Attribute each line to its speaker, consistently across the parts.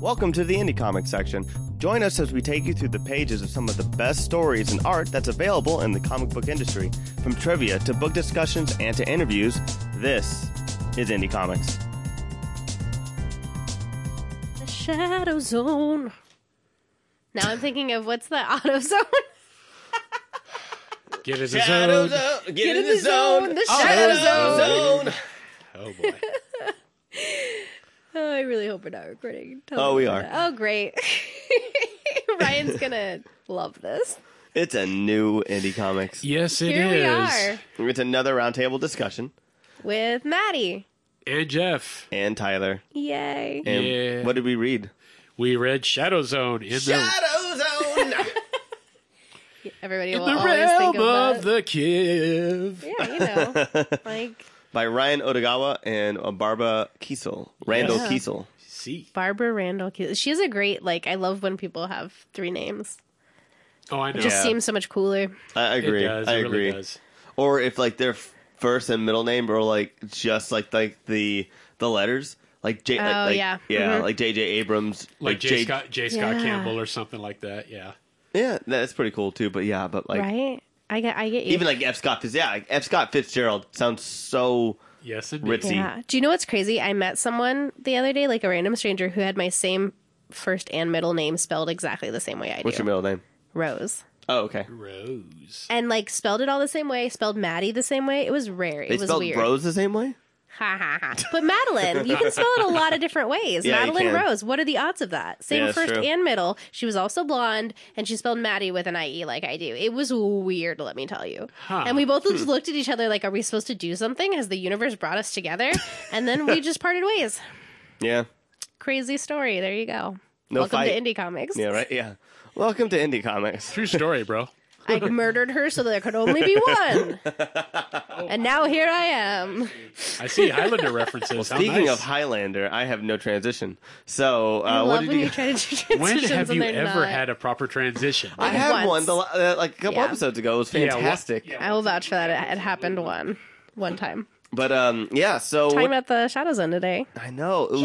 Speaker 1: Welcome to the Indie Comics section. Join us as we take you through the pages of some of the best stories and art that's available in the comic book industry. From trivia to book discussions and to interviews, this is Indie Comics.
Speaker 2: The Shadow Zone. Now I'm thinking of what's the auto zone?
Speaker 3: Get in the zone.
Speaker 1: Get,
Speaker 2: in the zone, the shadow
Speaker 1: zone.
Speaker 3: Oh boy.
Speaker 2: Oh, I really hope we're not recording. Tell
Speaker 1: Oh,
Speaker 2: them
Speaker 1: we
Speaker 2: about
Speaker 1: are.
Speaker 2: that. Oh, great. Ryan's gonna love this.
Speaker 1: It's a new Indie Comics.
Speaker 3: Yes, it is.
Speaker 2: Here we are
Speaker 1: It's another roundtable discussion.
Speaker 2: with Maddie.
Speaker 3: And Jeff,
Speaker 1: And Tyler.
Speaker 2: Yay.
Speaker 1: And
Speaker 3: Yeah.
Speaker 1: what did we read?
Speaker 3: we read Shadow Zone in the
Speaker 1: Zone.
Speaker 2: Everybody
Speaker 3: in
Speaker 2: will
Speaker 3: the
Speaker 2: always think
Speaker 3: realm
Speaker 2: of
Speaker 3: of
Speaker 2: that.
Speaker 3: the Kiv.
Speaker 2: Yeah, you know. like
Speaker 1: By Ryan Odagawa and uh, Barbara Kiesel. Randall
Speaker 2: Yeah.
Speaker 1: Kiesel.
Speaker 3: See.
Speaker 2: Barbara Randall. She has a great like I love when people have three names.
Speaker 3: Oh, I know.
Speaker 2: It just
Speaker 1: Yeah.
Speaker 2: seems so much cooler.
Speaker 1: I agree.
Speaker 3: It does.
Speaker 1: I
Speaker 3: it
Speaker 1: agree.
Speaker 3: really does.
Speaker 1: Or if like their f- first and middle name were like just like like the the letters, like J. like,
Speaker 2: Oh,
Speaker 1: like-
Speaker 2: yeah.
Speaker 1: yeah,
Speaker 2: Mhm.
Speaker 1: like J.J. Abrams,
Speaker 3: Like J. Scott, J. Scott
Speaker 2: Yeah.
Speaker 3: Campbell or something like that. Yeah.
Speaker 1: Yeah, that's pretty cool too. But yeah, but like
Speaker 2: right? I get I get you.
Speaker 1: even like F. Scott Fitz, yeah, like F. Scott Fitzgerald sounds so
Speaker 3: Yes, indeed.
Speaker 1: Ritzy.
Speaker 2: Yeah. Do you know what's crazy? I met someone the other day, like a random stranger, who had my same first and middle name spelled exactly the same way I do.
Speaker 1: What's your middle name?
Speaker 2: Rose.
Speaker 1: Oh, okay.
Speaker 3: Rose.
Speaker 2: And like spelled it all the same way, spelled Maddie the same way. It was rare. It
Speaker 1: They
Speaker 2: was
Speaker 1: spelled
Speaker 2: weird.
Speaker 1: Rose the same way.
Speaker 2: Ha ha ha. But Madeline, you can spell it a lot of different ways.
Speaker 1: Yeah, you
Speaker 2: Madeline
Speaker 1: can.
Speaker 2: Rose, what are the odds of that? Same
Speaker 1: Yeah, that's
Speaker 2: first
Speaker 1: true.
Speaker 2: and middle. She was also blonde and she spelled Maddie with an IE like I do. It was weird, let me tell you.
Speaker 3: Huh.
Speaker 2: And we both
Speaker 1: Hmm.
Speaker 2: just looked at each other like, are we supposed to do something? Has the universe brought us together? and then we just parted ways.
Speaker 1: Yeah.
Speaker 2: Crazy story. There you go.
Speaker 1: No
Speaker 2: Welcome
Speaker 1: fight.
Speaker 2: to Indie Comics.
Speaker 1: Yeah. Right. Yeah. Welcome to Indie Comics.
Speaker 3: True story, bro.
Speaker 2: I murdered her so there could only be one. and now here I
Speaker 1: Uh,
Speaker 2: am.
Speaker 3: I see Highlander references.
Speaker 1: Well,
Speaker 3: How
Speaker 1: speaking
Speaker 3: nice.
Speaker 1: of Highlander, I have no transition. So, uh,
Speaker 2: I
Speaker 1: what
Speaker 2: love
Speaker 1: did
Speaker 2: when
Speaker 1: you?
Speaker 2: you, try to do transitions
Speaker 3: when have
Speaker 2: and
Speaker 3: you
Speaker 2: they're
Speaker 3: ever
Speaker 2: not.
Speaker 3: had a proper transition?
Speaker 1: I had
Speaker 2: Once.
Speaker 1: one the, la- uh, like a couple
Speaker 2: Yeah.
Speaker 1: episodes ago. It was
Speaker 3: Yeah, wha-
Speaker 1: fantastic.
Speaker 2: I will vouch for that. It, it happened one, one time.
Speaker 1: But um, yeah. So
Speaker 2: Talking
Speaker 1: what-
Speaker 2: about the Shadow Zone today.
Speaker 1: I know it was.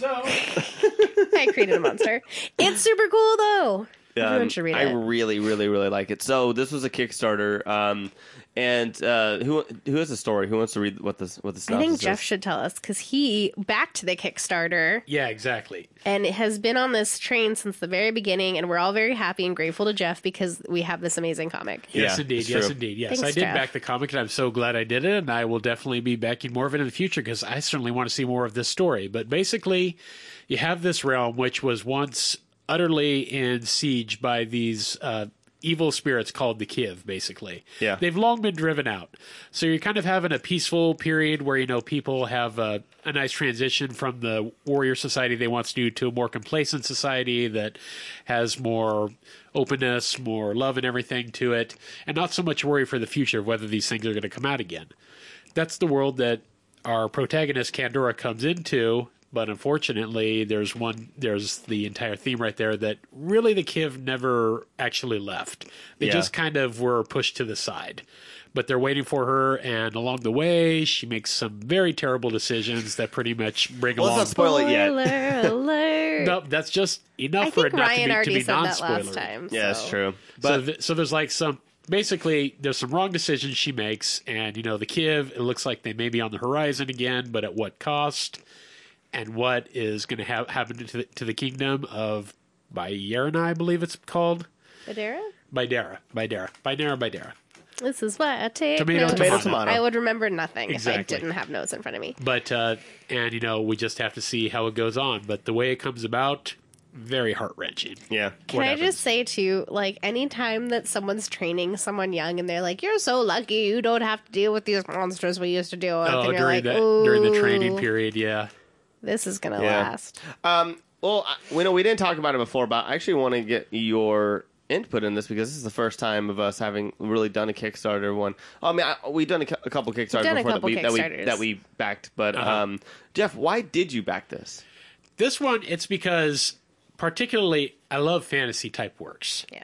Speaker 3: Shadow Zone.
Speaker 2: I created a monster. it's super cool though. Everyone
Speaker 1: Um,
Speaker 2: should read
Speaker 1: I
Speaker 2: it.
Speaker 1: really, really, really like it. So this was a Kickstarter, um, and uh, who who has the story? Who wants to read what this what the
Speaker 2: I
Speaker 1: synopsis
Speaker 2: think Jeff
Speaker 1: is?
Speaker 2: should tell us because he backed the Kickstarter
Speaker 3: Yeah, exactly.
Speaker 2: and has been on this train since the very beginning. And we're all very happy and grateful to Jeff because we have this amazing comic.
Speaker 3: Yes,
Speaker 1: Yeah,
Speaker 3: indeed.
Speaker 1: it's
Speaker 3: Yes,
Speaker 1: true.
Speaker 3: indeed. Yes,
Speaker 2: Thanks,
Speaker 3: I did
Speaker 2: Jeff.
Speaker 3: back the comic, and I'm so glad I did it. And I will definitely be backing more of it in the future because I certainly want to see more of this story. But basically, you have this realm which was once utterly in siege by these uh, evil spirits called the Kiv. Basically,
Speaker 1: Yeah.
Speaker 3: they've long been driven out. So you're kind of having a peaceful period where you know people have a, a nice transition from the warrior society they once knew to a more complacent society that has more openness, more love, and everything to it, and not so much worry for the future of whether these things are going to come out again. That's the world that our protagonist Candora comes into. But unfortunately, there's one. There's the entire theme right there that really the Kiv never actually left. They
Speaker 1: Yeah.
Speaker 3: just kind of were pushed to the side. But they're waiting for her, and along the way, she makes some very terrible decisions that pretty much bring
Speaker 1: Well,
Speaker 3: along.
Speaker 1: let's not spoil it yet.
Speaker 2: Spoiler alert.
Speaker 3: No, that's just enough
Speaker 2: I
Speaker 3: for
Speaker 2: think
Speaker 3: it not
Speaker 2: Ryan
Speaker 3: to be, to
Speaker 2: already
Speaker 3: be
Speaker 2: said that last
Speaker 3: non-spoilery.
Speaker 2: time.
Speaker 1: Yeah, that's
Speaker 2: so-
Speaker 1: true.
Speaker 3: So,
Speaker 1: But
Speaker 3: th- so there's like some basically there's some wrong decisions she makes, and you know the Kiv. It looks like they may be on the horizon again, but at what cost? And what is going to ha- happen to the, to the kingdom of Bayerna? I believe it's called
Speaker 2: Badera?
Speaker 3: Bydera, Bydera, Bydera, Bydera.
Speaker 2: This is what I take.
Speaker 3: Tomato,
Speaker 2: notes.
Speaker 3: tomato,
Speaker 1: tomato.
Speaker 2: I would remember nothing if
Speaker 3: Exactly.
Speaker 2: I didn't have notes in front of me.
Speaker 3: But uh, and you know we just have to see how it goes on. But the way it comes about, very heart wrenching.
Speaker 1: yeah,
Speaker 2: Can I just say too, like anytime that someone's training someone young and they're like, "You're so lucky, you don't have to deal with these monsters we used to deal with,"
Speaker 3: Oh,
Speaker 2: and
Speaker 3: during
Speaker 2: you're like,
Speaker 3: the during the
Speaker 2: "Ooh,
Speaker 3: training period, yeah.
Speaker 2: this is gonna
Speaker 1: Yeah.
Speaker 2: last."
Speaker 1: um, well, I, we know we didn't talk about it before, but I actually want to get your input in this because this is the first time of us having really done a Kickstarter one. I mean, I, we've done a, cou- a couple Kickstarters
Speaker 2: done a
Speaker 1: before that,
Speaker 2: couple
Speaker 1: we, that we
Speaker 2: Kickstarters.
Speaker 1: that we backed, but um, Jeff, why did you back this?
Speaker 3: This one, it's because particularly I love fantasy type works.
Speaker 2: Yeah,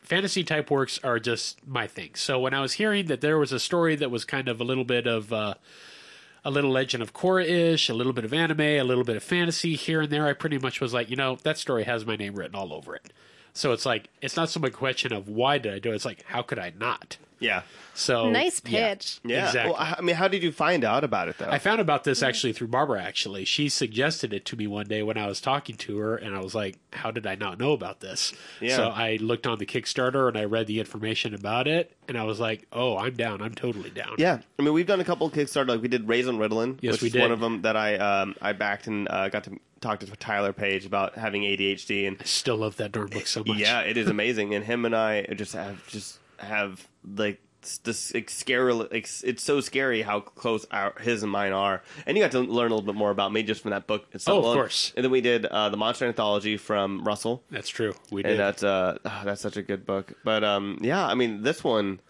Speaker 3: fantasy type works are just my thing. So when I was hearing that there was a story that was kind of a little bit of uh, a little Legend of Korra ish, a little bit of anime, a little bit of fantasy here and there. I pretty much was like, you know, that story has my name written all over it. So it's like it's not so much a question of why did I do it. It's like how could I not?
Speaker 1: Yeah.
Speaker 3: So
Speaker 2: Nice
Speaker 3: Oh, yeah.
Speaker 2: pitch.
Speaker 1: Yeah.
Speaker 3: Exactly.
Speaker 1: Well, I I mean, how did you find out about it though?
Speaker 3: I found about
Speaker 1: Hmm.
Speaker 3: this actually through Barbara. Actually, she suggested it to me one day when I was talking to her, and I was like, "How did I not know about this?"
Speaker 1: Yeah.
Speaker 3: So I looked on the Kickstarter and I read the information about it, and I was like, "Oh, I'm down. I'm totally down."
Speaker 1: Yeah, I mean, we've done a couple of Kickstarter. Like we did Raisin Ritalin,
Speaker 3: Yes,
Speaker 1: which
Speaker 3: we
Speaker 1: is
Speaker 3: did.
Speaker 1: one of them that I um, I backed and uh, got to talk to Tyler Page about having ADHD, and
Speaker 3: Still love that darn book so much.
Speaker 1: yeah, it is amazing. and him and I just have just have like s- this like, scary. Like, it's so scary how close our his and mine are. And you got to learn a little bit more about me just from that book itself.
Speaker 3: Oh, of
Speaker 1: alone.
Speaker 3: course.
Speaker 1: And then we did uh, the Monster Anthology from Russell.
Speaker 3: That's true. We
Speaker 1: And
Speaker 3: did.
Speaker 1: that's uh oh, that's such a good book. But um yeah, I mean this one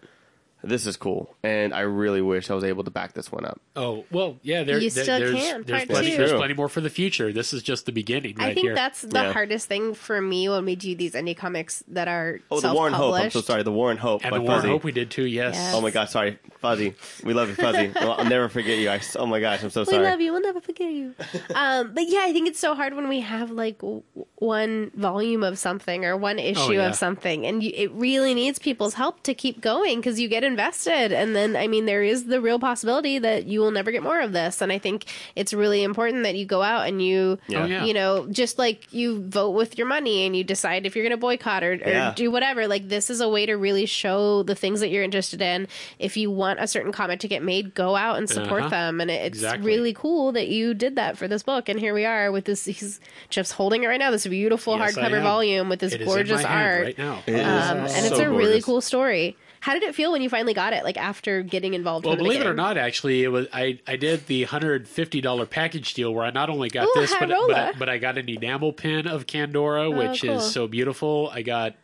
Speaker 1: this is cool. And I really wish I was able to back this one up.
Speaker 3: oh well, yeah. There,
Speaker 2: You
Speaker 3: there-
Speaker 2: still
Speaker 3: there's,
Speaker 2: can,
Speaker 3: There's
Speaker 2: part
Speaker 3: plenty,
Speaker 2: two.
Speaker 3: there's
Speaker 1: True.
Speaker 3: plenty more for the future. This is just the beginning. Right
Speaker 2: I think
Speaker 3: here.
Speaker 2: that's the
Speaker 1: Yeah.
Speaker 2: hardest thing for me when we do these indie comics that are
Speaker 1: Oh, the Warren Hope. I'm so sorry. The Warren Hope.
Speaker 3: and
Speaker 1: by
Speaker 3: the one
Speaker 1: Fuzzy.
Speaker 3: hope we did too. Yes.
Speaker 2: Yes.
Speaker 1: Oh my gosh, sorry, Fuzzy. We love you, Fuzzy. I'll I'll never forget you. I, oh my gosh, I'm so
Speaker 2: We
Speaker 1: sorry.
Speaker 2: love you. We'll never forget you. um, but yeah, I think it's so hard when we have like w- one volume of something or
Speaker 1: Oh,
Speaker 2: one issue
Speaker 3: yeah.
Speaker 2: of something, and you, it really needs people's help to keep going because you get invested, and then I mean, there is the real possibility that you will never get more of this, and I think it's really important that you go out and you.
Speaker 1: Yeah.
Speaker 3: Oh, yeah.
Speaker 2: You know, just like you vote with your money and you decide if you're going to boycott or, or
Speaker 1: Yeah.
Speaker 2: do whatever. Like, this is a way to really show the things that you're interested in. If you want a certain comic to get made, go out and support
Speaker 3: Uh-huh.
Speaker 2: them. And it, it's
Speaker 3: Exactly.
Speaker 2: really cool that you did that for this book. And here we are with this. He's Jeff's holding it right now. This beautiful
Speaker 3: Yes, I
Speaker 2: hardcover
Speaker 3: am.
Speaker 2: volume with this
Speaker 3: It is in my
Speaker 2: gorgeous
Speaker 3: hand
Speaker 2: art.
Speaker 3: right now.
Speaker 1: It is.
Speaker 2: Um, and
Speaker 1: So
Speaker 2: it's a really
Speaker 1: gorgeous.
Speaker 2: cool story. How did it feel when you finally got it? Like after getting involved?
Speaker 3: Well,
Speaker 2: from the
Speaker 3: believe it or
Speaker 2: beginning?
Speaker 3: not, actually, it was I, I did the hundred fifty dollar package deal where I not only got
Speaker 2: Ooh,
Speaker 3: this, but, but I-
Speaker 2: Hyrola.
Speaker 3: but I got an enamel pin of Candora, which
Speaker 2: cool.
Speaker 3: is so beautiful. I got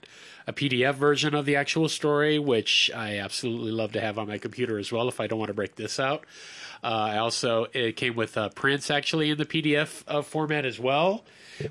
Speaker 3: a PDF version of the actual story, which I absolutely love to have on my computer as well. If I don't want to break this out, uh, I also it came with uh, prints actually in the PDF uh, format as well,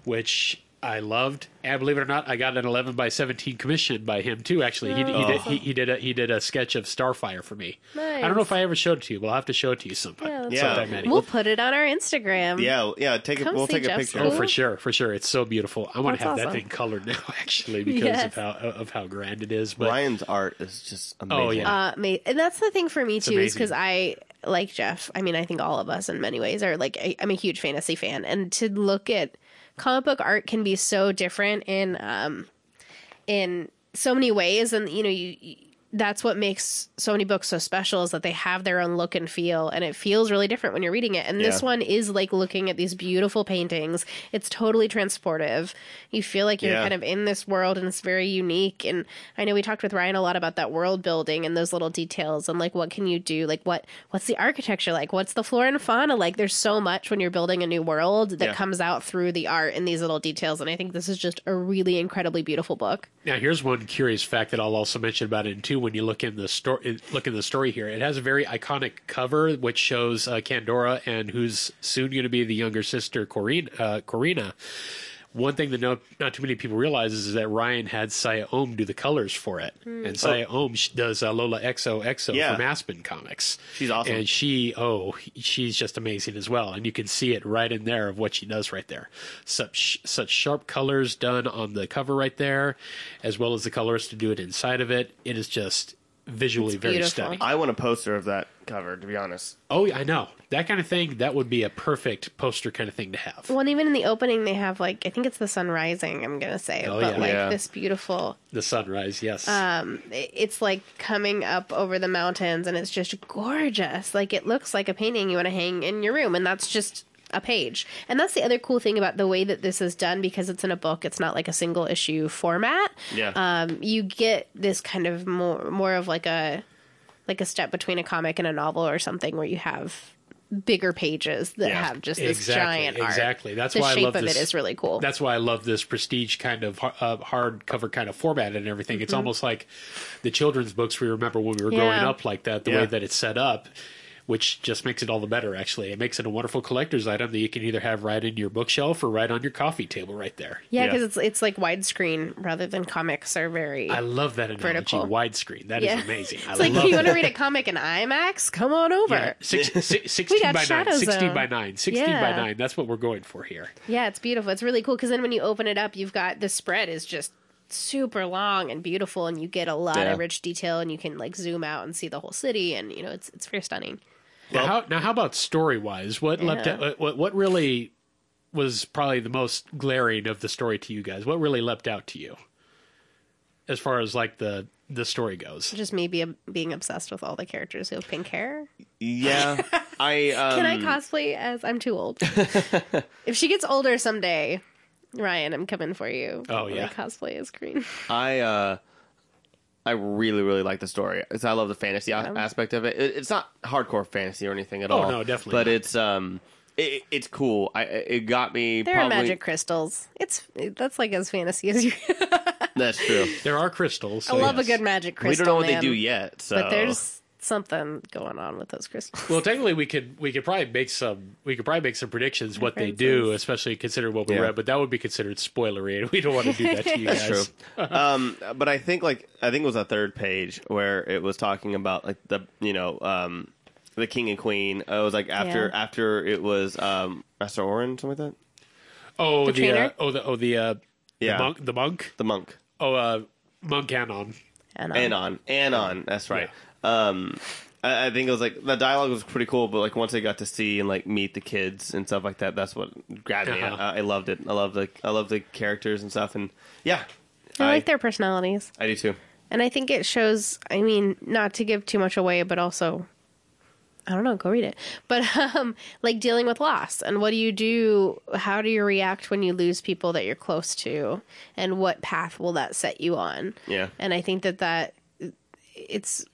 Speaker 3: which. I loved, and believe it or not, I got an eleven by seventeen commission by him too. Actually, he, he did he, he did a, he did a sketch of Starfire for me. I don't know
Speaker 2: Oh. Nice.
Speaker 3: if I ever showed it to you, but I'll have to show it to you sometime.
Speaker 2: Yeah,
Speaker 1: Yeah.
Speaker 3: sometime, Maddie.
Speaker 2: we'll put it on our Instagram.
Speaker 1: Yeah, yeah. Take a,
Speaker 2: Come
Speaker 1: we'll
Speaker 2: see
Speaker 1: take a
Speaker 2: Jeff's
Speaker 1: picture.
Speaker 3: Oh,
Speaker 2: cool.
Speaker 3: for sure, for sure. It's so beautiful. I want to
Speaker 2: That's
Speaker 3: have that
Speaker 2: awesome.
Speaker 3: thing colored now, actually, because
Speaker 2: Yes.
Speaker 3: of how of how grand it is. But Oh,
Speaker 1: Ryan's art is just amazing.
Speaker 3: yeah.
Speaker 2: Uh, ma- and that's the thing for me too, is
Speaker 3: amazing.
Speaker 2: because I like Jeff. I mean, I think all of us in many ways are like I, I'm a huge fantasy fan, and to look at comic book art can be so different in um in so many ways, and you know you. you that's what makes so many books so special is that they have their own look and feel and it feels really different when you're reading it and this
Speaker 1: Yeah.
Speaker 2: one is like looking at these beautiful paintings it's totally transportive you feel like you're
Speaker 1: Yeah.
Speaker 2: kind of in this world and it's very unique and i know we talked with ryan a lot about that world building and those little details and like what can you do like what what's the architecture like what's the flora and fauna like there's so much when you're building a new world that
Speaker 1: Yeah.
Speaker 2: comes out through the art and these little details and i think this is just a really incredibly beautiful book
Speaker 3: now here's one curious fact that I'll also mention about it too. When you look in the story, look in the story here, it has a very iconic cover which shows uh, Candora and who's soon going to be the younger sister Corina. Uh, Corina. One thing that no, not too many people realize is that Ryan had Saya Ohm do the colors for it, and Saya Ohm sh- does uh, Lola XOXO
Speaker 1: Yeah.
Speaker 3: from Aspen Comics.
Speaker 1: She's awesome.
Speaker 3: And she, oh, she's just amazing as well. And you can see it right in there of what she does right there. Such such sharp colors done on the cover right there, as well as the colors to do it inside of it. It is just visually
Speaker 2: It's
Speaker 3: very
Speaker 2: beautiful.
Speaker 3: stunning.
Speaker 1: I want a poster of that cover, to be honest.
Speaker 3: Oh, yeah, I know that kind of thing. That would be a perfect poster kind of thing to have.
Speaker 2: well and even in the opening they have like i think it's the sun rising i'm gonna say
Speaker 3: Oh,
Speaker 2: but
Speaker 3: yeah.
Speaker 2: like
Speaker 1: Yeah.
Speaker 2: this beautiful
Speaker 3: The sunrise, yes.
Speaker 2: Uh, it- it's like coming up over the mountains and it's just gorgeous. Like it looks like a painting you want to hang in your room and that's just a page. And that's the other cool thing about the way that this is done because it's in a book, it's not like a single issue format.
Speaker 1: Yeah.
Speaker 2: Um you get this kind of more more of like a like a step between a comic and a novel or something where you have bigger pages that
Speaker 1: Yeah.
Speaker 2: have just this
Speaker 3: Exactly,
Speaker 2: giant art.
Speaker 3: exactly. That's
Speaker 2: the
Speaker 3: why I
Speaker 2: shape
Speaker 3: love
Speaker 2: of
Speaker 3: this-
Speaker 2: it is really cool.
Speaker 3: That's why I love this prestige kind of har- uh, hardcover kind of format and everything. It's almost like the children's books we remember when we were growing
Speaker 2: Mm-hmm. Yeah.
Speaker 3: up, like that, the
Speaker 1: Yeah.
Speaker 3: way that it's set up. which just makes it all the better, actually. It makes it a wonderful collector's item that you can either have right in your bookshelf or right on your coffee table right there.
Speaker 2: Yeah,
Speaker 1: Yeah.
Speaker 2: because it's it's like widescreen rather than comics are very.
Speaker 3: I love that analogy.
Speaker 2: Vertical.
Speaker 3: Widescreen. That is
Speaker 2: Yeah.
Speaker 3: amazing. I
Speaker 2: it's like
Speaker 3: love
Speaker 2: you want
Speaker 3: that.
Speaker 2: to read a comic in IMAX? Come on over.
Speaker 3: Yeah,
Speaker 2: Yeah,
Speaker 3: six, si- 16
Speaker 2: got
Speaker 3: by
Speaker 2: Shadow
Speaker 3: 9. 16 by
Speaker 2: Zone.
Speaker 3: 9. 16 by
Speaker 2: Yeah.
Speaker 3: 9. That's what we're going for here.
Speaker 2: it's beautiful. It's really cool because then when you open it up, you've got the spread is just super long and beautiful, and you get a lot
Speaker 1: Yeah.
Speaker 2: of rich detail, and you can like zoom out and see the whole city, and you know it's it's very stunning.
Speaker 3: now, how, now, how about story wise? What left?
Speaker 2: Yeah.
Speaker 3: Out, what what really was probably the most glaring of the story to you guys? What really leapt out to you, as far as like the the story goes?
Speaker 2: Just me be, being obsessed with all the characters who have pink hair.
Speaker 1: Yeah, I um,
Speaker 2: Can I cosplay as I'm too old? if she gets older someday, Ryan, I'm coming for you.
Speaker 3: Oh,
Speaker 2: When
Speaker 3: yeah.
Speaker 2: I cosplay as Green.
Speaker 1: I uh I really really like the story. 'cause I love the fantasy a- aspect of it. It- It's not hardcore fantasy or anything at
Speaker 3: Oh,
Speaker 1: all.
Speaker 3: no, definitely
Speaker 1: But
Speaker 3: not.
Speaker 1: it's um it, it's cool. I it got me
Speaker 2: There are
Speaker 1: probably
Speaker 2: magic crystals. It's that's like as fantasy as you.
Speaker 1: That's true.
Speaker 3: There are crystals.
Speaker 2: I
Speaker 3: so
Speaker 2: love
Speaker 3: yes.
Speaker 2: a good magic crystal.
Speaker 1: we don't know what
Speaker 2: man,
Speaker 1: they do yet. So
Speaker 2: but there's something going on with those crystals.
Speaker 3: Well, technically, we could we could probably make some we could probably make some predictions what they do, especially considering what we
Speaker 1: Yeah.
Speaker 3: read. But that would be considered spoilery, and we don't want to do that to you guys.
Speaker 1: That's true. um, but I think like I think it was the third page where it was talking about like the you know um, the king and queen. Uh, It was like after
Speaker 2: Yeah.
Speaker 1: after it was um, Master Orin something like that.
Speaker 3: Oh, the, uh,
Speaker 2: trainer?
Speaker 3: oh the oh the uh,
Speaker 1: Yeah.
Speaker 3: the monk the monk
Speaker 1: The monk
Speaker 3: oh uh, monk Anon.
Speaker 2: And, um,
Speaker 1: Anon Anon. That's right. Um, I, I think it was like the dialogue was pretty cool, but like once I got to see and like meet the kids and stuff like that, that's what grabbed me.
Speaker 3: Uh-huh.
Speaker 1: I, I loved it. I love the I love the characters and stuff, and yeah,
Speaker 2: I like their personalities,
Speaker 1: I do too.
Speaker 2: and I think it shows. I mean, not to give too much away, but also. I don't know, go read it. But um like dealing with loss and what do you do? How do you react when you lose people that you're close to and what path will that set you on?
Speaker 1: Yeah.
Speaker 2: and i think that that it's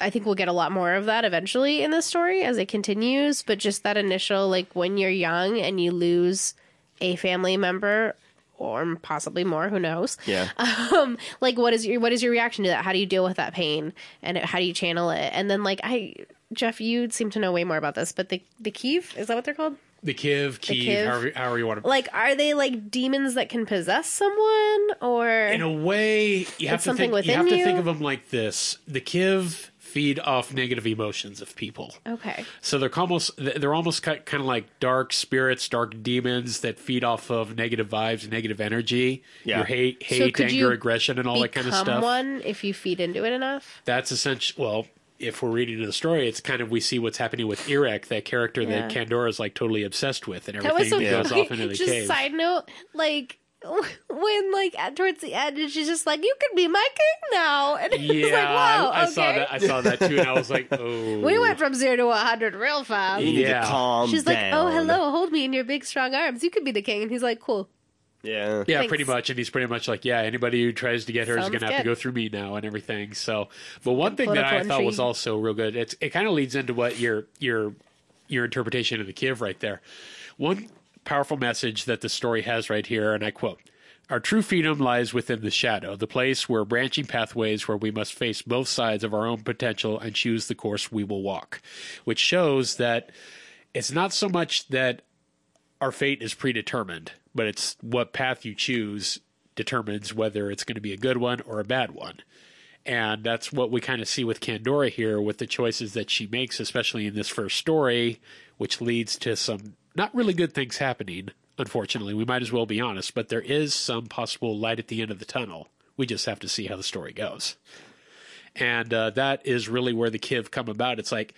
Speaker 2: i think we'll get a lot more of that eventually in this story as it continues but just that initial like when you're young and you lose a family member or possibly more who knows
Speaker 1: Yeah.
Speaker 2: um like what is your what is your reaction to that how do you deal with that pain and it, how do you channel it and then like i jeff you seem to know way more about this but the the kiev is that what they're called
Speaker 3: The Kiv, Kiev,
Speaker 2: Kiv.
Speaker 3: however, however you want to.
Speaker 2: like are they like demons that can possess someone or
Speaker 3: In a way, you have to
Speaker 2: something
Speaker 3: think. You
Speaker 2: within
Speaker 3: have to
Speaker 2: you?
Speaker 3: think of them like this. The Kiv feed off negative emotions of people,
Speaker 2: okay
Speaker 3: so they're almost they're almost kind of like dark spirits, dark demons that feed off of negative vibes, negative energy,
Speaker 1: Yeah.
Speaker 3: your hate,
Speaker 2: So
Speaker 3: hate,
Speaker 2: could you
Speaker 3: anger, aggression, and all that kind of
Speaker 2: become
Speaker 3: stuff.
Speaker 2: one if you feed into it enough.
Speaker 3: that's essential. Well, if we're reading the story, it's kind of we see what's happening with Irek, that character that
Speaker 2: Yeah.
Speaker 3: Candora's like totally obsessed with, and
Speaker 2: That was so
Speaker 3: everything
Speaker 1: Yeah.
Speaker 3: goes
Speaker 2: funny.
Speaker 3: off into the
Speaker 2: just
Speaker 3: cave.
Speaker 2: side note, like when like at, towards the end, and she's just like, "You could be my king now," and it's
Speaker 3: yeah,
Speaker 2: like, "Wow,
Speaker 3: I, I
Speaker 2: okay."
Speaker 3: saw that. I saw that too, and I was like, "Oh,
Speaker 2: we went from zero to hundred real fast.
Speaker 1: You need to
Speaker 3: Yeah.
Speaker 1: calm
Speaker 2: She's like,
Speaker 1: down.
Speaker 2: "Oh, hello, hold me in your big strong arms. You could be the king." And he's like, "Cool."
Speaker 1: Yeah.
Speaker 3: Yeah,
Speaker 2: Thanks.
Speaker 3: pretty much. And he's pretty much like, yeah, anybody who tries to get her is
Speaker 2: Sounds
Speaker 3: going to have to
Speaker 2: good.
Speaker 3: go through me now and everything. So, but one thing that
Speaker 2: political
Speaker 3: I thought was
Speaker 2: intrigue.
Speaker 3: also real good, it's, it kind of leads into what your, your, your interpretation of the Kiev right there. One powerful message that the story has right here, and I quote, our true freedom lies within the shadow, the place where branching pathways where we must face both sides of our own potential and choose the course we will walk, which shows that it's not so much that our fate is predetermined, but it's what path you choose determines whether it's going to be a good one or a bad one. And that's what we kind of see with Candora here with the choices that she makes, especially in this first story, which leads to some not really good things happening, unfortunately. We might as well be honest, but there is some possible light at the end of the tunnel. We just have to see how the story goes and uh, that is really where the kiv come about it's like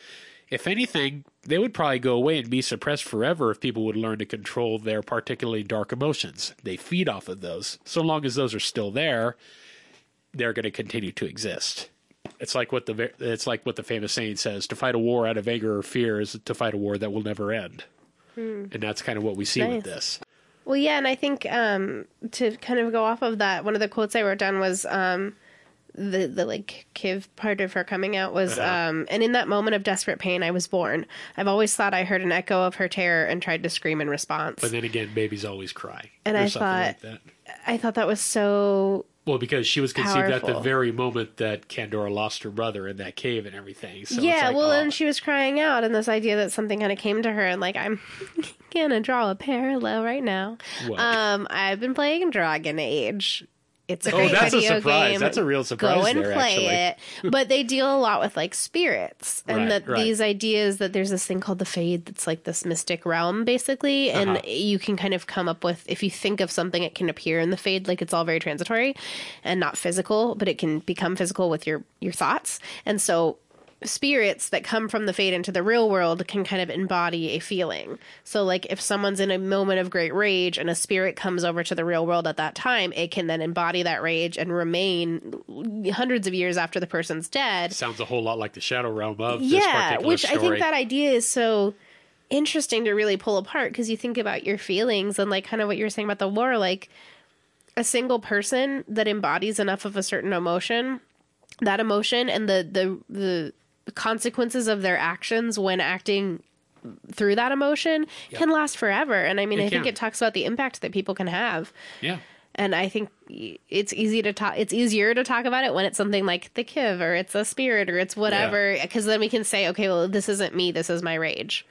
Speaker 3: if anything they would probably go away and be suppressed forever if people would learn to control their particularly dark emotions they feed off of those so long as those are still there they're going to continue to exist it's like what the ve- it's like what the famous saying says to fight a war out of anger or fear is to fight a war that will never end and that's kind of what we see with
Speaker 2: Hmm. Nice.
Speaker 3: this
Speaker 2: Well, yeah, and I think um, to kind of go off of that, one of the quotes I wrote down was um, the the like Kiv part of her coming out was,
Speaker 3: Uh-huh.
Speaker 2: um, and in that moment of desperate pain, I was born. I've always thought I heard an echo of her terror and tried to scream in response.
Speaker 3: but then again babies always cry
Speaker 2: And
Speaker 3: or
Speaker 2: I
Speaker 3: something like
Speaker 2: thought-
Speaker 3: that
Speaker 2: I thought that was so
Speaker 3: Well, because she was conceived at the
Speaker 2: Powerful.
Speaker 3: very moment that Pandora lost her brother in that cave and everything. So it's
Speaker 2: yeah,
Speaker 3: like,
Speaker 2: well,
Speaker 3: oh.
Speaker 2: and she was crying out, and this idea that something kind of came to her, and like I'm gonna draw a parallel right now.
Speaker 3: What?
Speaker 2: Um, I've been playing Dragon Age. It's a
Speaker 3: Oh,
Speaker 2: great
Speaker 3: that's a
Speaker 2: video
Speaker 3: surprise.
Speaker 2: game.
Speaker 3: That's a real surprise
Speaker 2: Go and
Speaker 3: there,
Speaker 2: play it. But they deal a lot with like spirits and
Speaker 3: Right,
Speaker 2: that
Speaker 3: right.
Speaker 2: these ideas that there's this thing called the Fade that's like this mystic realm basically, and
Speaker 3: Uh-huh.
Speaker 2: you can kind of come up with if you think of something, it can appear in the Fade. Like it's all very transitory and not physical, but it can become physical with your your thoughts. And so spirits that come from the fade into the real world can kind of embody a feeling. So like if someone's in a moment of great rage and a spirit comes over to the real world at that time, it can then embody that rage and remain hundreds of years after the person's dead.
Speaker 3: sounds a whole lot like the Shadow Realm of this
Speaker 2: yeah,
Speaker 3: particular
Speaker 2: which
Speaker 3: story.
Speaker 2: I think that idea is so interesting to really pull apart because you think about your feelings and like kind of what you were saying about the war like a single person that embodies enough of a certain emotion that emotion and the the the consequences of their actions when acting through that emotion can last forever and i mean
Speaker 3: It
Speaker 2: i think
Speaker 3: can.
Speaker 2: it talks about the impact that people can have
Speaker 3: yeah.
Speaker 2: and I think y- it's easy to talk. It's easier to talk about it when it's something like the kiv or it's a spirit or it's whatever, because then we can say, okay, well, this isn't me. This is my rage,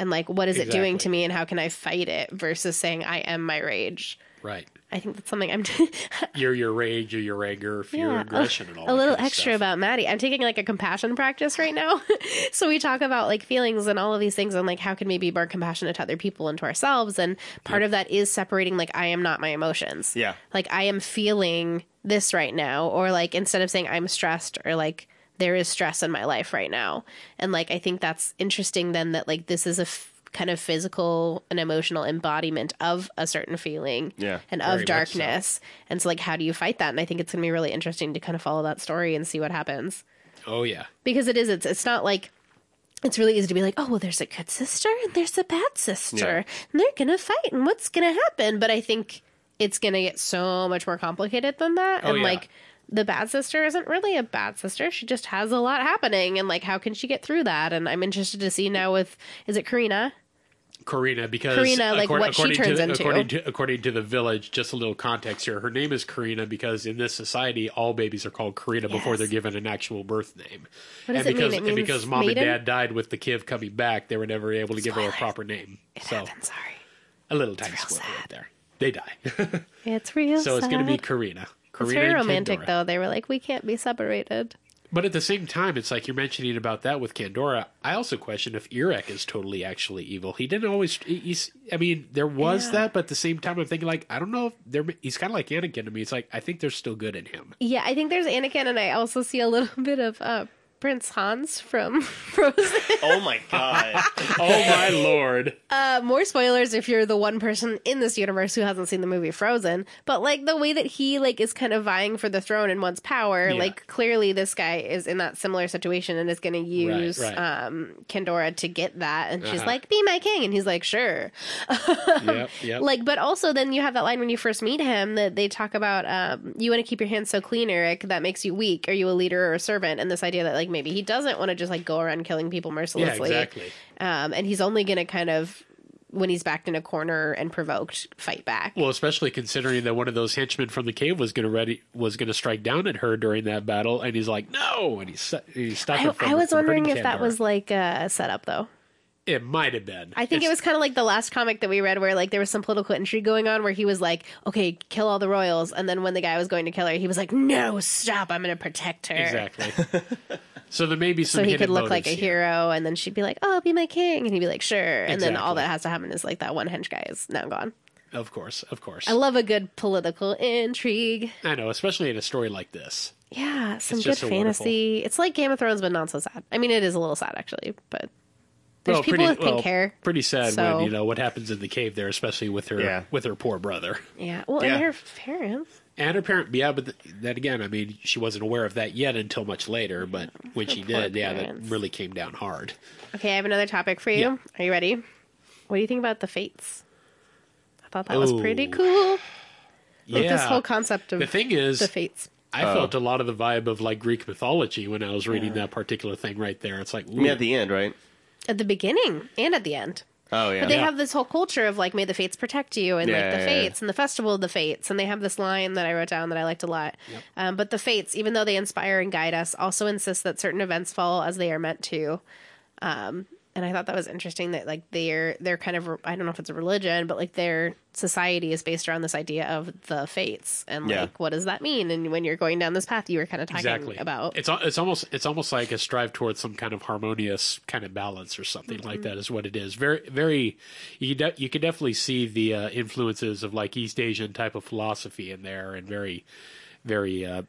Speaker 2: and like, what is it doing
Speaker 3: Exactly.
Speaker 2: to me, and how can I fight it? Versus saying, I am my rage.
Speaker 3: Right.
Speaker 2: I think that's something I'm
Speaker 3: Your your rage or your anger, fear,
Speaker 2: Yeah.
Speaker 3: aggression, and all
Speaker 2: a
Speaker 3: that
Speaker 2: little
Speaker 3: kind of
Speaker 2: extra
Speaker 3: stuff.
Speaker 2: about Maddie. I'm taking like a compassion practice right now. so we talk about like feelings and all of these things and like how can we be more compassionate to other people and to ourselves. And part of that is separating like I am not my emotions.
Speaker 1: Yeah.
Speaker 2: Like I am feeling this right now. Or like instead of saying I'm stressed or like there is stress in my life right now. And like I think that's interesting then that like this is a f- kind of physical and emotional embodiment of a certain feeling
Speaker 1: Yeah.
Speaker 2: and
Speaker 3: Very
Speaker 2: of
Speaker 3: much
Speaker 2: darkness. And so, like, how do you fight that? And I think it's going to be really interesting to kind of follow that story and see what happens
Speaker 3: Oh yeah.
Speaker 2: because it is. It's it's not like it's really easy to be like, oh, well, there's a good sister and there's a bad sister, and they're gonna fight, and what's gonna happen? But I think it's gonna get so much more complicated than that,
Speaker 3: Oh,
Speaker 2: and
Speaker 3: yeah.
Speaker 2: like. The bad sister isn't really a bad sister. She just has a lot happening, and like, how can she get through that? And I'm interested to see now with is it Karina?
Speaker 3: Karina, because
Speaker 2: Karina, like,
Speaker 3: accor-
Speaker 2: what she
Speaker 3: according
Speaker 2: turns
Speaker 3: to,
Speaker 2: into.
Speaker 3: According to, according to the village, just a little context here. Her name is Karina because in this society, all babies are called Karina before
Speaker 2: Yes.
Speaker 3: they're given an actual birth name.
Speaker 2: What does it
Speaker 3: and
Speaker 2: mean?
Speaker 3: because
Speaker 2: It
Speaker 3: and
Speaker 2: means
Speaker 3: because mom
Speaker 2: maiden?
Speaker 3: and dad died with the kid coming back, they were never able to give her a
Speaker 2: Spoilers.
Speaker 3: proper name.
Speaker 2: It
Speaker 3: so
Speaker 2: happened. Sorry,
Speaker 3: a little tiny
Speaker 2: real
Speaker 3: spoiler
Speaker 2: sad.
Speaker 3: right there. They die,
Speaker 2: it's real.
Speaker 3: so it's going to be
Speaker 2: sad.
Speaker 3: Karina. Karina
Speaker 2: It's very
Speaker 3: and
Speaker 2: romantic,
Speaker 3: Pandora.
Speaker 2: though. They were like, we can't be separated.
Speaker 3: But at the same time, it's like you're mentioning about that with Candora. I also question if Irek is totally actually evil. He didn't always. he- He's, I mean, there was
Speaker 2: Yeah.
Speaker 3: that, but at the same time, I'm thinking like I don't know if there. He's kind of like Anakin to me. It's like I think there's still good in him.
Speaker 2: Yeah, I think there's Anakin, and I also see a little bit of uh, Prince Hans from Frozen.
Speaker 1: Oh my god.
Speaker 3: Oh my lord!
Speaker 2: Uh, more spoilers if you're the one person in this universe who hasn't seen the movie Frozen. But like the way that he like is kind of vying for the throne and wants power,
Speaker 3: Yeah.
Speaker 2: like clearly this guy is in that similar situation and is going to use
Speaker 3: right.
Speaker 2: um Pandora to get that, and she's
Speaker 3: Uh-huh.
Speaker 2: like, "Be my king," and he's like, "Sure."
Speaker 3: yep, yep.
Speaker 2: Oh, Like, but also then you have that line when you first meet him that they talk about, um, you want to keep your hands so clean, Eric, that makes you weak. Are you a leader or a servant? And this idea that like maybe he doesn't want to just like go around killing people
Speaker 3: yeah,
Speaker 2: mercilessly.
Speaker 3: exactly.
Speaker 2: Um, and he's only going to kind of, when he's backed in a corner and provoked, fight back.
Speaker 3: Well, especially considering that one of those henchmen from the cave was going to ready was going to strike down at her during that battle, and he's like, "No!" and he, st- he stopped.
Speaker 2: I,
Speaker 3: her from-
Speaker 2: I was
Speaker 3: from hurting
Speaker 2: wondering if that
Speaker 3: Candora.
Speaker 2: was like a setup though.
Speaker 3: It might have been.
Speaker 2: I think it
Speaker 3: It's-
Speaker 2: was kind of like the last comic that we read where like there was some political intrigue going on where he was like, okay, kill all the royals. And then when the guy was going to kill her, he was like, no, stop. I'm going to protect her.
Speaker 3: exactly. so there may be some.
Speaker 2: so he
Speaker 3: hidden
Speaker 2: could look like a
Speaker 3: motives here.
Speaker 2: hero and then she'd be like oh I'll be my king and he'd be like sure and then all
Speaker 3: Exactly.
Speaker 2: that has to happen is like that one hench guy is now gone
Speaker 3: Of course, of course.
Speaker 2: i love a good political intrigue
Speaker 3: I know, especially in a story like this.
Speaker 2: yeah some
Speaker 3: It's
Speaker 2: good
Speaker 3: just so
Speaker 2: fantasy it's like game of thrones but not so sad i mean it is a little sad actually but there's
Speaker 3: Well,
Speaker 2: people
Speaker 3: pretty-
Speaker 2: with pink
Speaker 3: well,
Speaker 2: hair
Speaker 3: Pretty sad
Speaker 2: So-
Speaker 3: when you know what happens in the cave there, especially with her
Speaker 1: Yeah.
Speaker 3: with her poor brother
Speaker 2: yeah well
Speaker 1: Yeah.
Speaker 2: and her parents
Speaker 3: and her parent. Yeah, but th- then again, I mean, she wasn't aware of that yet until much later. But when she
Speaker 2: poor
Speaker 3: did, yeah, that
Speaker 2: parents.
Speaker 3: really came down hard.
Speaker 2: okay i have another topic for you
Speaker 3: Yeah.
Speaker 2: are you ready what do you think about the fates i thought that was pretty
Speaker 3: Ooh.
Speaker 2: cool
Speaker 3: Yeah,
Speaker 2: this whole concept of
Speaker 3: The thing is,
Speaker 2: the fates
Speaker 3: I felt a lot of the vibe of like Greek mythology when I was reading that particular thing right there. It's like,
Speaker 1: I mean,
Speaker 3: ooh,
Speaker 1: at the end, right?
Speaker 2: at the beginning and at the end
Speaker 1: Oh yeah.
Speaker 2: But they
Speaker 3: Yeah.
Speaker 2: have this whole culture of like, may the fates protect you, and
Speaker 1: Yeah,
Speaker 2: like the
Speaker 1: yeah, yeah.
Speaker 2: fates, and the festival of the fates, and they have this line that I wrote down that I liked a lot. Um, but the fates, even though they inspire and guide us, also insist that certain events fall as they are meant to. Um, and I thought that was interesting that like their their kind of I don't know if it's a religion, but like their society is based around this idea of the fates and like
Speaker 1: Yeah.
Speaker 2: what does that mean? And when you're going down this path, you were kind of talking
Speaker 3: exactly
Speaker 2: about
Speaker 3: it's al- it's almost it's almost like a strive towards some kind of harmonious kind of balance or something like
Speaker 2: Mm-hmm.
Speaker 3: that is what it is very very you de- you can definitely see the uh, influences of like East Asian type of philosophy in there and very very uh,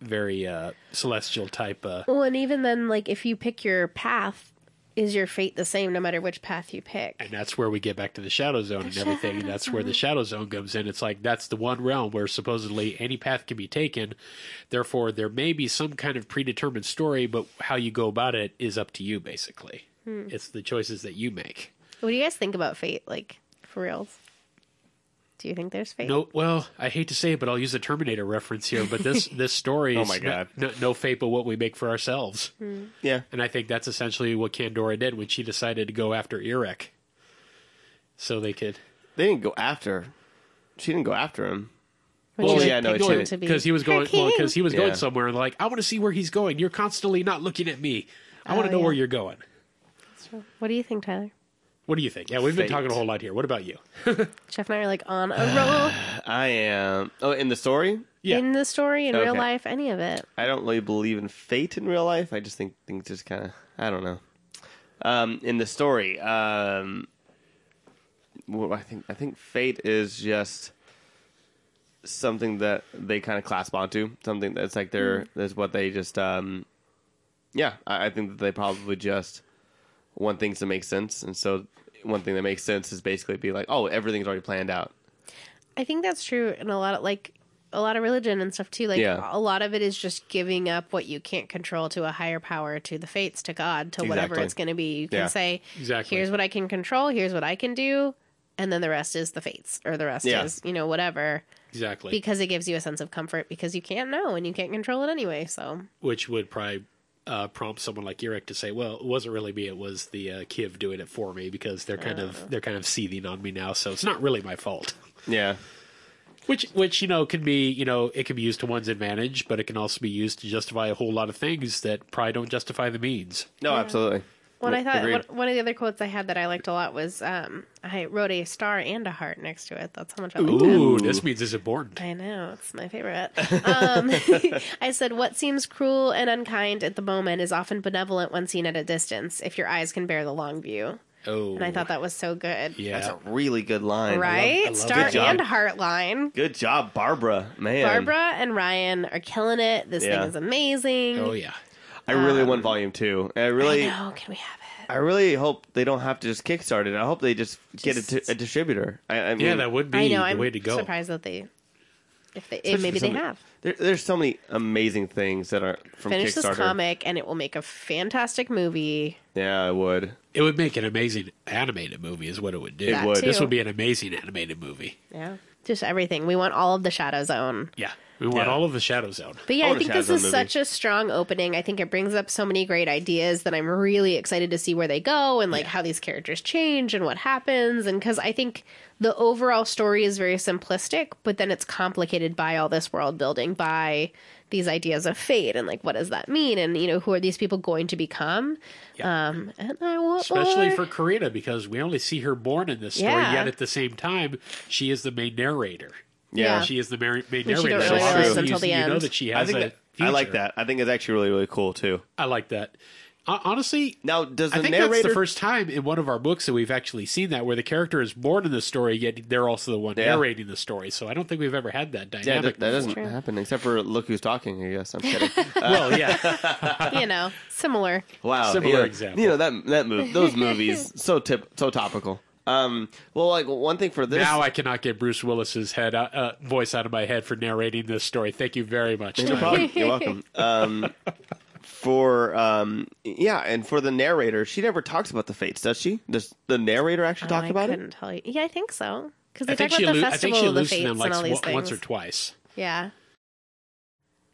Speaker 3: very uh, celestial type uh,
Speaker 2: Well, and even then, like if you pick your path, is your fate the same no matter which path you pick?
Speaker 3: and that's where we get back to the shadow zone and everything and that's where the shadow zone comes in it's like that's the one realm where supposedly any path can be taken therefore there may be some kind of predetermined story but how you go about it is up to you basically it's the choices that you make
Speaker 2: What do you guys think about fate? Like for reals? Do you think there's fate?
Speaker 3: no well i hate to say it but i'll use the terminator reference here but this this story
Speaker 1: Oh
Speaker 3: is
Speaker 1: my God.
Speaker 3: No, no, no fate but what we make for ourselves
Speaker 1: yeah.
Speaker 3: And I think that's essentially what Candora did when she decided to go after Irek. So they could.
Speaker 1: They didn't go after. She didn't go after him.
Speaker 2: Would
Speaker 1: Well,
Speaker 2: you,
Speaker 1: yeah,
Speaker 2: like,
Speaker 1: no,
Speaker 2: pick
Speaker 1: it
Speaker 2: him
Speaker 1: shouldn't.
Speaker 2: to be
Speaker 3: because he was
Speaker 2: her
Speaker 3: going well
Speaker 2: king?
Speaker 3: because he was
Speaker 1: Yeah.
Speaker 3: going somewhere and like I want to see where he's going. You're constantly not looking at me. I want
Speaker 2: Oh,
Speaker 3: to know where
Speaker 2: yeah.
Speaker 3: you're going.
Speaker 2: What do you think, Tyler?
Speaker 3: What do you think? Yeah, we've
Speaker 1: Fate.
Speaker 3: been talking a whole lot here. What about you?
Speaker 2: Jeff and I are like on a
Speaker 1: Uh,
Speaker 2: roll
Speaker 1: I am. Oh, in the story,
Speaker 3: Yeah.
Speaker 2: in the story, in real
Speaker 1: Okay.
Speaker 2: life, any of it.
Speaker 1: I don't really believe in fate in real life. I just think things just kind of. I don't know. Um, in the story, um, well, I think I think fate is just something that they kind of clasp onto. Something that's like
Speaker 2: Mm.
Speaker 1: their that's what they just. Um, yeah, I, I think that they probably just want things to make sense, and so one thing that makes sense is basically be like, oh, everything's already planned out.
Speaker 2: I think that's true in a lot of like a lot of religion and stuff too. Like
Speaker 1: Yeah.
Speaker 2: a lot of it is just giving up what you can't control to a higher power, to the fates, to God, to whatever
Speaker 1: Exactly.
Speaker 2: it's going to be. You can
Speaker 1: Yeah.
Speaker 2: say,
Speaker 3: Exactly.
Speaker 2: "Here's what I can control. Here's what I can do," and then the rest is the fates, or the rest
Speaker 1: Yeah.
Speaker 2: is you know whatever,
Speaker 3: Exactly.
Speaker 2: because it gives you a sense of comfort because you can't know and you can't control it anyway. So
Speaker 3: Which would probably uh, prompt someone like Irek to say, "Well, it wasn't really me. It was the uh, Kiv doing it for me because they're kind
Speaker 2: Oh.
Speaker 3: of they're kind of seething on me now. So it's not really my fault."
Speaker 1: Yeah,
Speaker 3: Which, which you know, can be you know, it can be used to one's advantage, but it can also be used to justify a whole lot of things that probably don't justify the means.
Speaker 1: no, absolutely.
Speaker 2: When I thought
Speaker 1: Agreed.
Speaker 2: one, one of the other quotes I had that I liked a lot was um, I wrote a star and a heart next to it. That's how much I liked it.
Speaker 3: Ooh, this means it's important.
Speaker 2: I know it's my favorite. Um, I said, "What seems cruel and unkind at the moment is often benevolent when seen at a distance, if your eyes can bear the long view."
Speaker 3: Oh,
Speaker 2: And I thought that was so good,
Speaker 3: yeah,
Speaker 1: That's a really good line.
Speaker 2: right?
Speaker 3: I love
Speaker 2: star
Speaker 1: that. Good
Speaker 2: and
Speaker 1: job.
Speaker 2: heart line.
Speaker 1: Good job, Barbara. Man,
Speaker 2: Barbara and Ryan are killing it. This
Speaker 1: Yeah.
Speaker 2: thing is amazing.
Speaker 3: oh yeah.
Speaker 1: I really
Speaker 2: Um,
Speaker 1: want volume two. And I really, I,
Speaker 2: No, can we have it?
Speaker 1: really hope they don't have to just kickstart it. I hope they just, get a,
Speaker 2: Just-
Speaker 1: di- a distributor. I, I mean,
Speaker 3: Yeah, that would be
Speaker 2: I know.
Speaker 3: the
Speaker 2: I'm
Speaker 3: way to go.
Speaker 2: surprised that they, if they,
Speaker 1: especially
Speaker 2: maybe
Speaker 1: for
Speaker 2: they
Speaker 1: somebody-
Speaker 2: have.
Speaker 1: There, there's so many amazing things that are from
Speaker 2: finish
Speaker 1: Kickstarter.
Speaker 2: this comic and it will make a fantastic movie.
Speaker 1: Yeah, I would.
Speaker 3: It would make an amazing animated movie, is what it would do.
Speaker 1: It would.
Speaker 3: This
Speaker 2: too.
Speaker 3: would be an amazing animated movie.
Speaker 2: Yeah. Just everything. We want all of the Shadow Zone.
Speaker 3: Yeah, we want
Speaker 1: Yeah.
Speaker 3: all of the Shadow Zone.
Speaker 2: But
Speaker 1: I
Speaker 2: yeah, I,
Speaker 1: want a
Speaker 2: think
Speaker 1: Shadow
Speaker 2: this
Speaker 1: Zone
Speaker 2: is
Speaker 1: movie.
Speaker 2: such a strong opening. I think it brings up so many great ideas that I'm really excited to see where they go and like how these characters change and what happens. And because I think the overall story is very simplistic, but then it's complicated by all this world building, by these ideas of fate and like what does that mean and you know who are these people going to become?
Speaker 3: Yeah.
Speaker 2: Um, and I want
Speaker 3: Especially
Speaker 2: more.
Speaker 3: for Karina, because we only see her born in this story,
Speaker 2: Yeah.
Speaker 3: yet at the same time, she is the main narrator.
Speaker 1: Yeah.
Speaker 3: She is the mar- main
Speaker 2: don't
Speaker 3: narrator.
Speaker 1: really realize
Speaker 3: obviously
Speaker 2: until
Speaker 3: you,
Speaker 2: the
Speaker 3: you know
Speaker 2: end.
Speaker 3: that she
Speaker 1: I
Speaker 3: has
Speaker 1: think
Speaker 3: a
Speaker 1: that, I like
Speaker 3: future.
Speaker 1: that. I think it's actually really, really cool too.
Speaker 3: I like that. Hon- Honestly,
Speaker 1: Now, does the
Speaker 3: I think
Speaker 1: narrator?
Speaker 3: that's the first time in one of our books that we've actually seen that, where the character is born in the story, yet they're also the one
Speaker 1: Yeah.
Speaker 3: narrating the story. So I don't think we've ever had that
Speaker 1: yeah,
Speaker 3: dynamic.
Speaker 1: that, that doesn't
Speaker 2: True.
Speaker 1: happen except for look who's talking. I guess I'm kidding. Uh,
Speaker 3: well, yeah,
Speaker 2: you know, similar.
Speaker 1: wow,
Speaker 3: Similar
Speaker 1: you know,
Speaker 3: example.
Speaker 1: You know that that move, those movies, so tip, so topical. Um, well, like one thing for this,
Speaker 3: now I cannot get Bruce Willis's head out, uh, voice out of my head for narrating this story. Thank you very much.
Speaker 1: No
Speaker 3: Tyler.
Speaker 1: problem. You're welcome. Um, for um, yeah, and for the narrator, she never talks about the fates, does she? Does the narrator actually
Speaker 2: Oh,
Speaker 1: talk
Speaker 2: I
Speaker 1: about
Speaker 2: couldn't
Speaker 1: it?
Speaker 2: tell you. Yeah, I think so. Because they
Speaker 3: I
Speaker 2: talk
Speaker 3: think,
Speaker 2: about
Speaker 3: she
Speaker 2: the
Speaker 3: allu- I think
Speaker 2: festival of
Speaker 3: she
Speaker 2: the
Speaker 3: alludes to
Speaker 2: fates
Speaker 3: them
Speaker 2: and
Speaker 3: like
Speaker 2: all these
Speaker 3: s-
Speaker 2: things.
Speaker 3: once or twice.
Speaker 2: Yeah.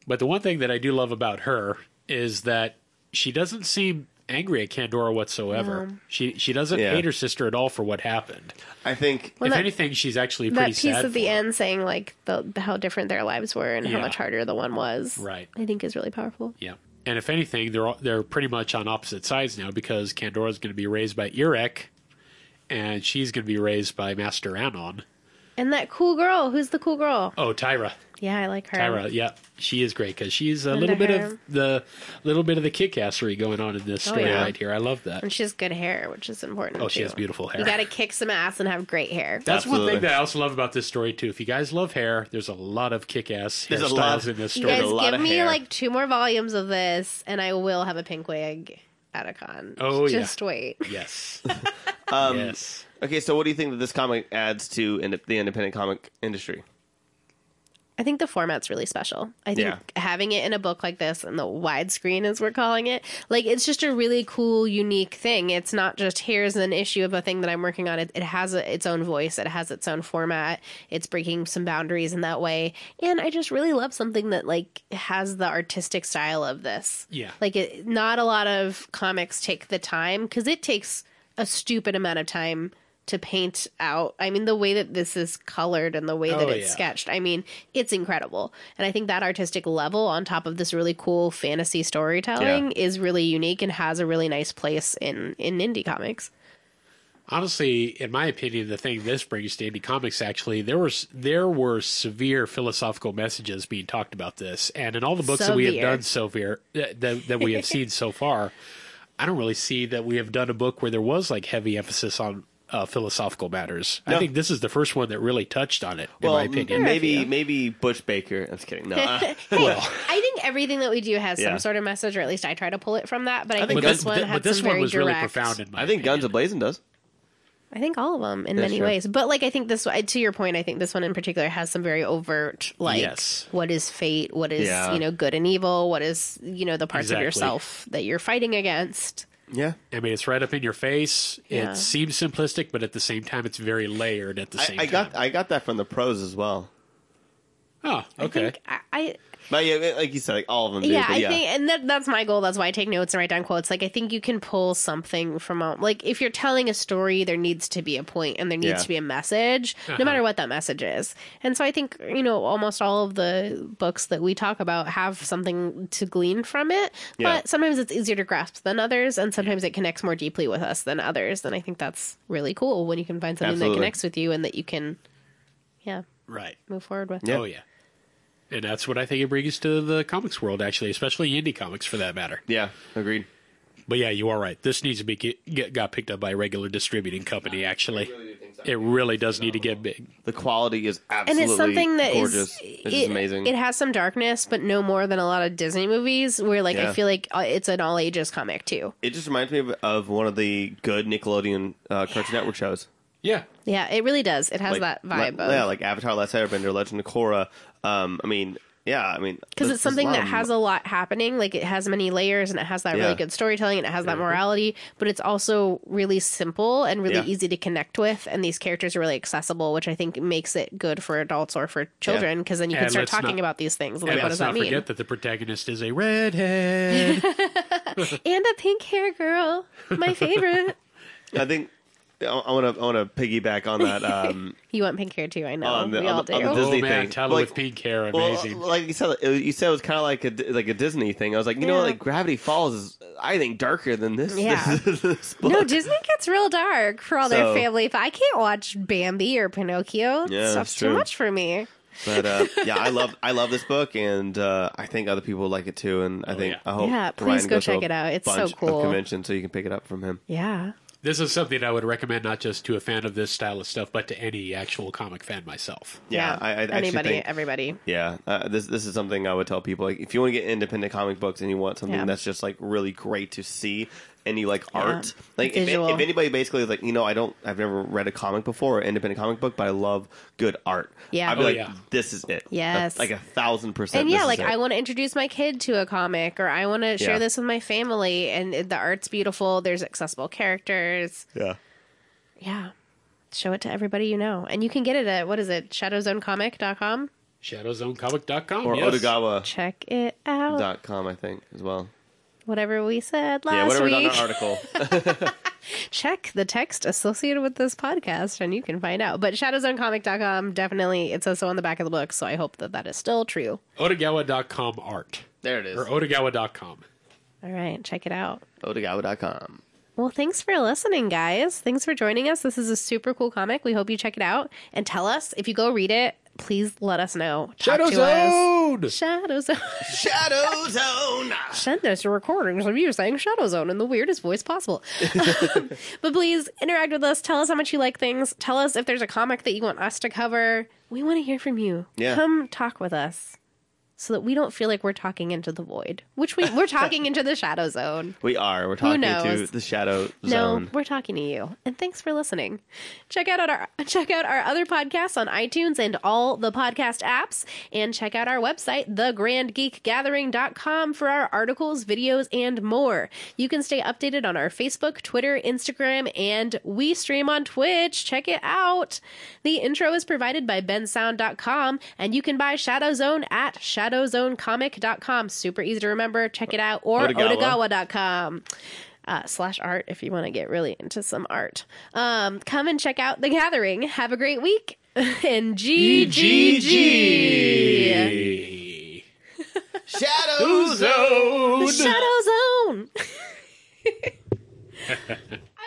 Speaker 3: But the one thing that I do love about her is that she doesn't seem angry at Candora whatsoever. She she doesn't
Speaker 1: Yeah.
Speaker 3: hate her sister at all for what happened.
Speaker 1: I think
Speaker 2: Well,
Speaker 3: if
Speaker 2: that-
Speaker 3: anything, she's actually
Speaker 2: that
Speaker 3: pretty
Speaker 2: piece
Speaker 3: sad
Speaker 2: at the
Speaker 3: for her.
Speaker 2: end saying like the, the- how different their lives were and how
Speaker 3: Yeah.
Speaker 2: much harder the one was.
Speaker 3: Right.
Speaker 2: I think is really powerful.
Speaker 3: Yeah. And if anything, they're all, they're pretty much on opposite sides now because Candora's going to be raised by Irek, and she's going to be raised by Master Anon.
Speaker 2: And that cool girl, who's the cool girl?
Speaker 3: Oh, Tyra.
Speaker 2: Yeah, I like her.
Speaker 3: Tyra, yeah, she is great because she's a
Speaker 2: And
Speaker 3: little bit of
Speaker 2: her-
Speaker 3: the little bit of the kickassery going on in this
Speaker 2: Oh,
Speaker 3: story
Speaker 2: yeah.
Speaker 3: right here. I love that.
Speaker 2: And she has good hair, which is important.
Speaker 3: Oh, she
Speaker 2: too.
Speaker 3: has beautiful hair.
Speaker 2: You got to kick some ass and have great hair.
Speaker 3: That's one
Speaker 1: Absolutely.
Speaker 3: thing that I also love about this story too. If you guys love hair, there's a lot of kick-ass
Speaker 1: There's a
Speaker 3: hairstyles
Speaker 1: lot.
Speaker 3: in this
Speaker 2: you
Speaker 3: story.
Speaker 2: guys
Speaker 1: a lot
Speaker 2: give
Speaker 1: of
Speaker 2: me
Speaker 1: hair.
Speaker 2: like two more volumes of this, and I will have a pink wig at a con.
Speaker 3: Oh, yeah.
Speaker 2: just wait.
Speaker 3: yes.
Speaker 1: um,
Speaker 3: yes.
Speaker 1: Okay, so what do you think that this comic adds to in the independent comic industry?
Speaker 2: I think the format's really special. I think
Speaker 1: Yeah.
Speaker 2: having it in a book like this and the widescreen, as we're calling it, like it's just a really cool, unique thing. It's not just here's an issue of a thing that I'm working on. It, it has a, its own voice, it has its own format. It's breaking some boundaries in that way. And I just really love something that like has the artistic style of this.
Speaker 3: Yeah.
Speaker 2: Like it, not a lot of comics take the time because it takes a stupid amount of time to paint out. I mean, the way that this is colored and the way that
Speaker 3: Oh,
Speaker 2: it's
Speaker 3: yeah.
Speaker 2: sketched sketched. I mean, it's incredible. And I think that artistic level on top of this really cool fantasy storytelling is really unique and has a really nice place in in indie comics.
Speaker 3: Honestly, in my opinion, the thing this brings to indie comics actually there was there were severe philosophical messages being talked about this, and in all the books that we have
Speaker 2: Severe.
Speaker 3: done so far, that that we have seen so far, I don't really see that we have done a book where there was like heavy emphasis on uh, philosophical matters. I
Speaker 1: No.
Speaker 3: think this is the first one that really touched on it, in
Speaker 1: well,
Speaker 3: my opinion.
Speaker 1: m- maybe
Speaker 2: Fair few.
Speaker 1: maybe Butch Baker. I'm just kidding. No, uh,
Speaker 2: I think everything that we do has
Speaker 1: Yeah.
Speaker 2: some sort of message, or at least I try to pull it from that. But I, think
Speaker 3: but
Speaker 2: this one
Speaker 3: th-
Speaker 2: had
Speaker 3: but this
Speaker 2: some
Speaker 3: one
Speaker 2: very
Speaker 3: was
Speaker 2: direct,
Speaker 3: really profound. In
Speaker 1: I
Speaker 3: my
Speaker 1: think
Speaker 3: opinion.
Speaker 1: Guns a Blazing does.
Speaker 2: I think all of them in many
Speaker 1: sure.
Speaker 2: ways, but like I think this one- to your point, I think this one in particular has some very overt like
Speaker 3: Yes.
Speaker 2: what is fate, what is
Speaker 1: Yeah.
Speaker 2: you know good and evil, what is you know the parts
Speaker 3: Exactly.
Speaker 2: of yourself that you're fighting against.
Speaker 1: Yeah,
Speaker 3: I mean, it's right up in your face.
Speaker 2: Yeah.
Speaker 3: It seems simplistic, but at the same time, it's very layered. At the
Speaker 1: I,
Speaker 3: same
Speaker 1: I got
Speaker 3: time,
Speaker 1: I got that from the pros as well.
Speaker 3: oh,
Speaker 2: I
Speaker 3: okay,
Speaker 2: think I, I
Speaker 1: But yeah, like you said, like all of them. Do,
Speaker 2: yeah,
Speaker 1: but
Speaker 2: I
Speaker 1: yeah.
Speaker 2: think, and that, that's my goal. That's why I take notes and write down quotes. Like, I think you can pull something from a, like if you're telling a story, there needs to be a point and there needs
Speaker 1: Yeah. Uh-huh.
Speaker 2: to be a message, no matter what that message is. And so I think you know almost all of the books that we talk about have something to glean from it.
Speaker 1: Yeah.
Speaker 2: But sometimes it's easier to grasp than others, and sometimes it connects more deeply with us than others. And I think that's really cool when you can find something
Speaker 1: Absolutely.
Speaker 2: that connects with you and that you can, yeah,
Speaker 3: right.
Speaker 2: move forward with.
Speaker 1: Yeah.
Speaker 3: Oh yeah, and that's what I think it brings to the comics world, actually, especially indie comics for that matter.
Speaker 1: yeah, agreed.
Speaker 3: But yeah, you are right. This needs to be get, get, got picked up by a regular distributing company. Actually, it really does need to get big.
Speaker 1: The quality is
Speaker 2: and
Speaker 1: absolutely
Speaker 2: it's something that is
Speaker 1: gorgeous. It's just
Speaker 2: it-
Speaker 1: amazing.
Speaker 2: It has some darkness, but no more than a lot of Disney movies where like
Speaker 1: Yeah.
Speaker 2: I feel like uh, it's an all ages comic too.
Speaker 1: it just reminds me of, of one of the good Nickelodeon uh, Cartoon Network shows.
Speaker 3: Yeah,
Speaker 2: Yeah, it really does. It has that
Speaker 1: like-
Speaker 2: vibe
Speaker 1: yeah,
Speaker 2: of
Speaker 1: like Avatar: Last Airbender, Legend of Korra. Um, I mean, yeah, I mean,
Speaker 2: because
Speaker 1: there's-
Speaker 2: it's something
Speaker 1: there's
Speaker 2: that
Speaker 1: lot of
Speaker 2: has a lot happening. Like it has many layers and it has that
Speaker 1: Yeah. Mm-hmm.
Speaker 2: really good storytelling and it has that morality, but it's also really simple and really
Speaker 1: Yeah.
Speaker 2: easy to connect with. And these characters are really accessible, which I think makes it good for adults or for children because then you can
Speaker 3: And
Speaker 2: start
Speaker 3: let's not-
Speaker 2: talking about these things. Like,
Speaker 3: and
Speaker 2: what
Speaker 3: let's
Speaker 2: does
Speaker 3: not
Speaker 2: that mean?
Speaker 3: forget that the protagonist is a redhead.
Speaker 2: and a pink hair girl, my favorite.
Speaker 1: I think I want to I want to piggyback on that. Um,
Speaker 2: You want pink hair too, I know.
Speaker 1: On the-
Speaker 2: we
Speaker 1: on
Speaker 2: all
Speaker 1: the-
Speaker 2: do.
Speaker 1: on the
Speaker 3: oh
Speaker 1: Disney
Speaker 3: man,
Speaker 1: thing.
Speaker 3: Tyler
Speaker 1: Like-
Speaker 3: with pink hair,
Speaker 1: well,
Speaker 3: amazing.
Speaker 1: like you said, it- you said it was kind of like a like a Disney thing. I was like, you know,
Speaker 2: Yeah.
Speaker 1: like Gravity Falls is I think darker than this.
Speaker 2: Yeah.
Speaker 1: this, this book.
Speaker 2: Oh. no, Disney gets real dark for all
Speaker 1: So-
Speaker 2: their family. If I can't watch Bambi or
Speaker 1: Yeah,
Speaker 2: Pinocchio, yeah,
Speaker 1: that's
Speaker 2: stuff's too
Speaker 1: true.
Speaker 2: much for me.
Speaker 1: But uh, yeah, I love I love this book, and uh, I think other people like it too. And I think
Speaker 3: Oh, yeah.
Speaker 1: I hope
Speaker 2: Yeah, please
Speaker 1: Ryan
Speaker 2: go
Speaker 1: goes to
Speaker 2: check
Speaker 1: a
Speaker 2: it out. It's so
Speaker 1: bunch of
Speaker 2: cool.
Speaker 1: conventions, so you can pick it up from him.
Speaker 2: Yeah.
Speaker 3: This is something I would recommend not just to a fan of this style of stuff, but to any actual comic fan myself.
Speaker 1: Yeah, I, I actually
Speaker 2: anybody,
Speaker 1: think
Speaker 2: everybody.
Speaker 1: yeah, uh, this this is something I would tell people. Like, if you want to get independent comic books and you want something
Speaker 2: Yeah.
Speaker 1: that's just like really great to see, and you like art, like if,
Speaker 2: Visual.
Speaker 1: if anybody basically is like, you know, I don't, I've never read a comic before, or independent comic book, but I love good art.
Speaker 2: Yeah.
Speaker 1: I'd be
Speaker 2: Oh,
Speaker 1: like,
Speaker 3: yeah.
Speaker 1: this is it.
Speaker 2: Yes.
Speaker 1: like a thousand percent.
Speaker 2: And
Speaker 1: this
Speaker 2: yeah,
Speaker 1: is
Speaker 2: like
Speaker 1: it.
Speaker 2: I want to introduce my kid to a comic or I want to share
Speaker 1: Yeah.
Speaker 2: this with my family and the art's beautiful, there's accessible characters.
Speaker 1: yeah,
Speaker 2: Yeah. Show it to everybody you know. And you can get it at what is it? shadowzonecomic.com.
Speaker 3: ShadowZoneComic.com
Speaker 1: or
Speaker 3: yes.
Speaker 1: Odagawa
Speaker 2: Check it out.
Speaker 1: dot com, I think as well.
Speaker 2: whatever we said last
Speaker 1: yeah, whatever was on
Speaker 2: week.
Speaker 1: our article.
Speaker 2: Check the text associated with this podcast and you can find out. But shadowzonecomic.com definitely it says so on the back of the book, so I hope that that is still true.
Speaker 3: Odagawa.com art.
Speaker 1: there it is.
Speaker 3: Or Odagawa.com.
Speaker 2: All right, check it out.
Speaker 1: Odagawa.com.
Speaker 2: Well, thanks for listening, guys. Thanks for joining us. This is a super cool comic. We hope you check it out and tell us if you go read it. Please let us know. Talk
Speaker 3: Shadow
Speaker 2: to us.
Speaker 3: Zone!
Speaker 2: Shadow Zone.
Speaker 1: Shadow Zone.
Speaker 2: send us your recordings of you saying Shadow Zone in the weirdest voice possible. Um, but please interact with us. Tell us how much you like things. Tell us if there's a comic that you want us to cover. We want to hear from you.
Speaker 1: Yeah.
Speaker 2: Come talk with us so that we don't feel like we're talking into the void, which we, we're talking into the Shadow Zone.
Speaker 1: We are. We're talking to
Speaker 2: knows?
Speaker 1: the Shadow
Speaker 2: No,
Speaker 1: Zone.
Speaker 2: we're talking to you. And thanks for listening. Check out our check out our other podcasts on iTunes and all the podcast apps and check out our website thegrandgeekgathering.com for our articles, videos and more. You can stay updated on our Facebook, Twitter, Instagram and we stream on Twitch. Check it out. The intro is provided by bensound.com and you can buy Shadow Zone at shadowzonecomic.com. Super easy to remember. Check it out or
Speaker 1: Odagawa.
Speaker 2: odagawa.com uh, slash art if you want to get really into some art. Um, come and check out The Gathering. Have a great week. and GGG.
Speaker 3: Hey.
Speaker 1: Shadow
Speaker 3: Zone!
Speaker 2: Shadow Zone.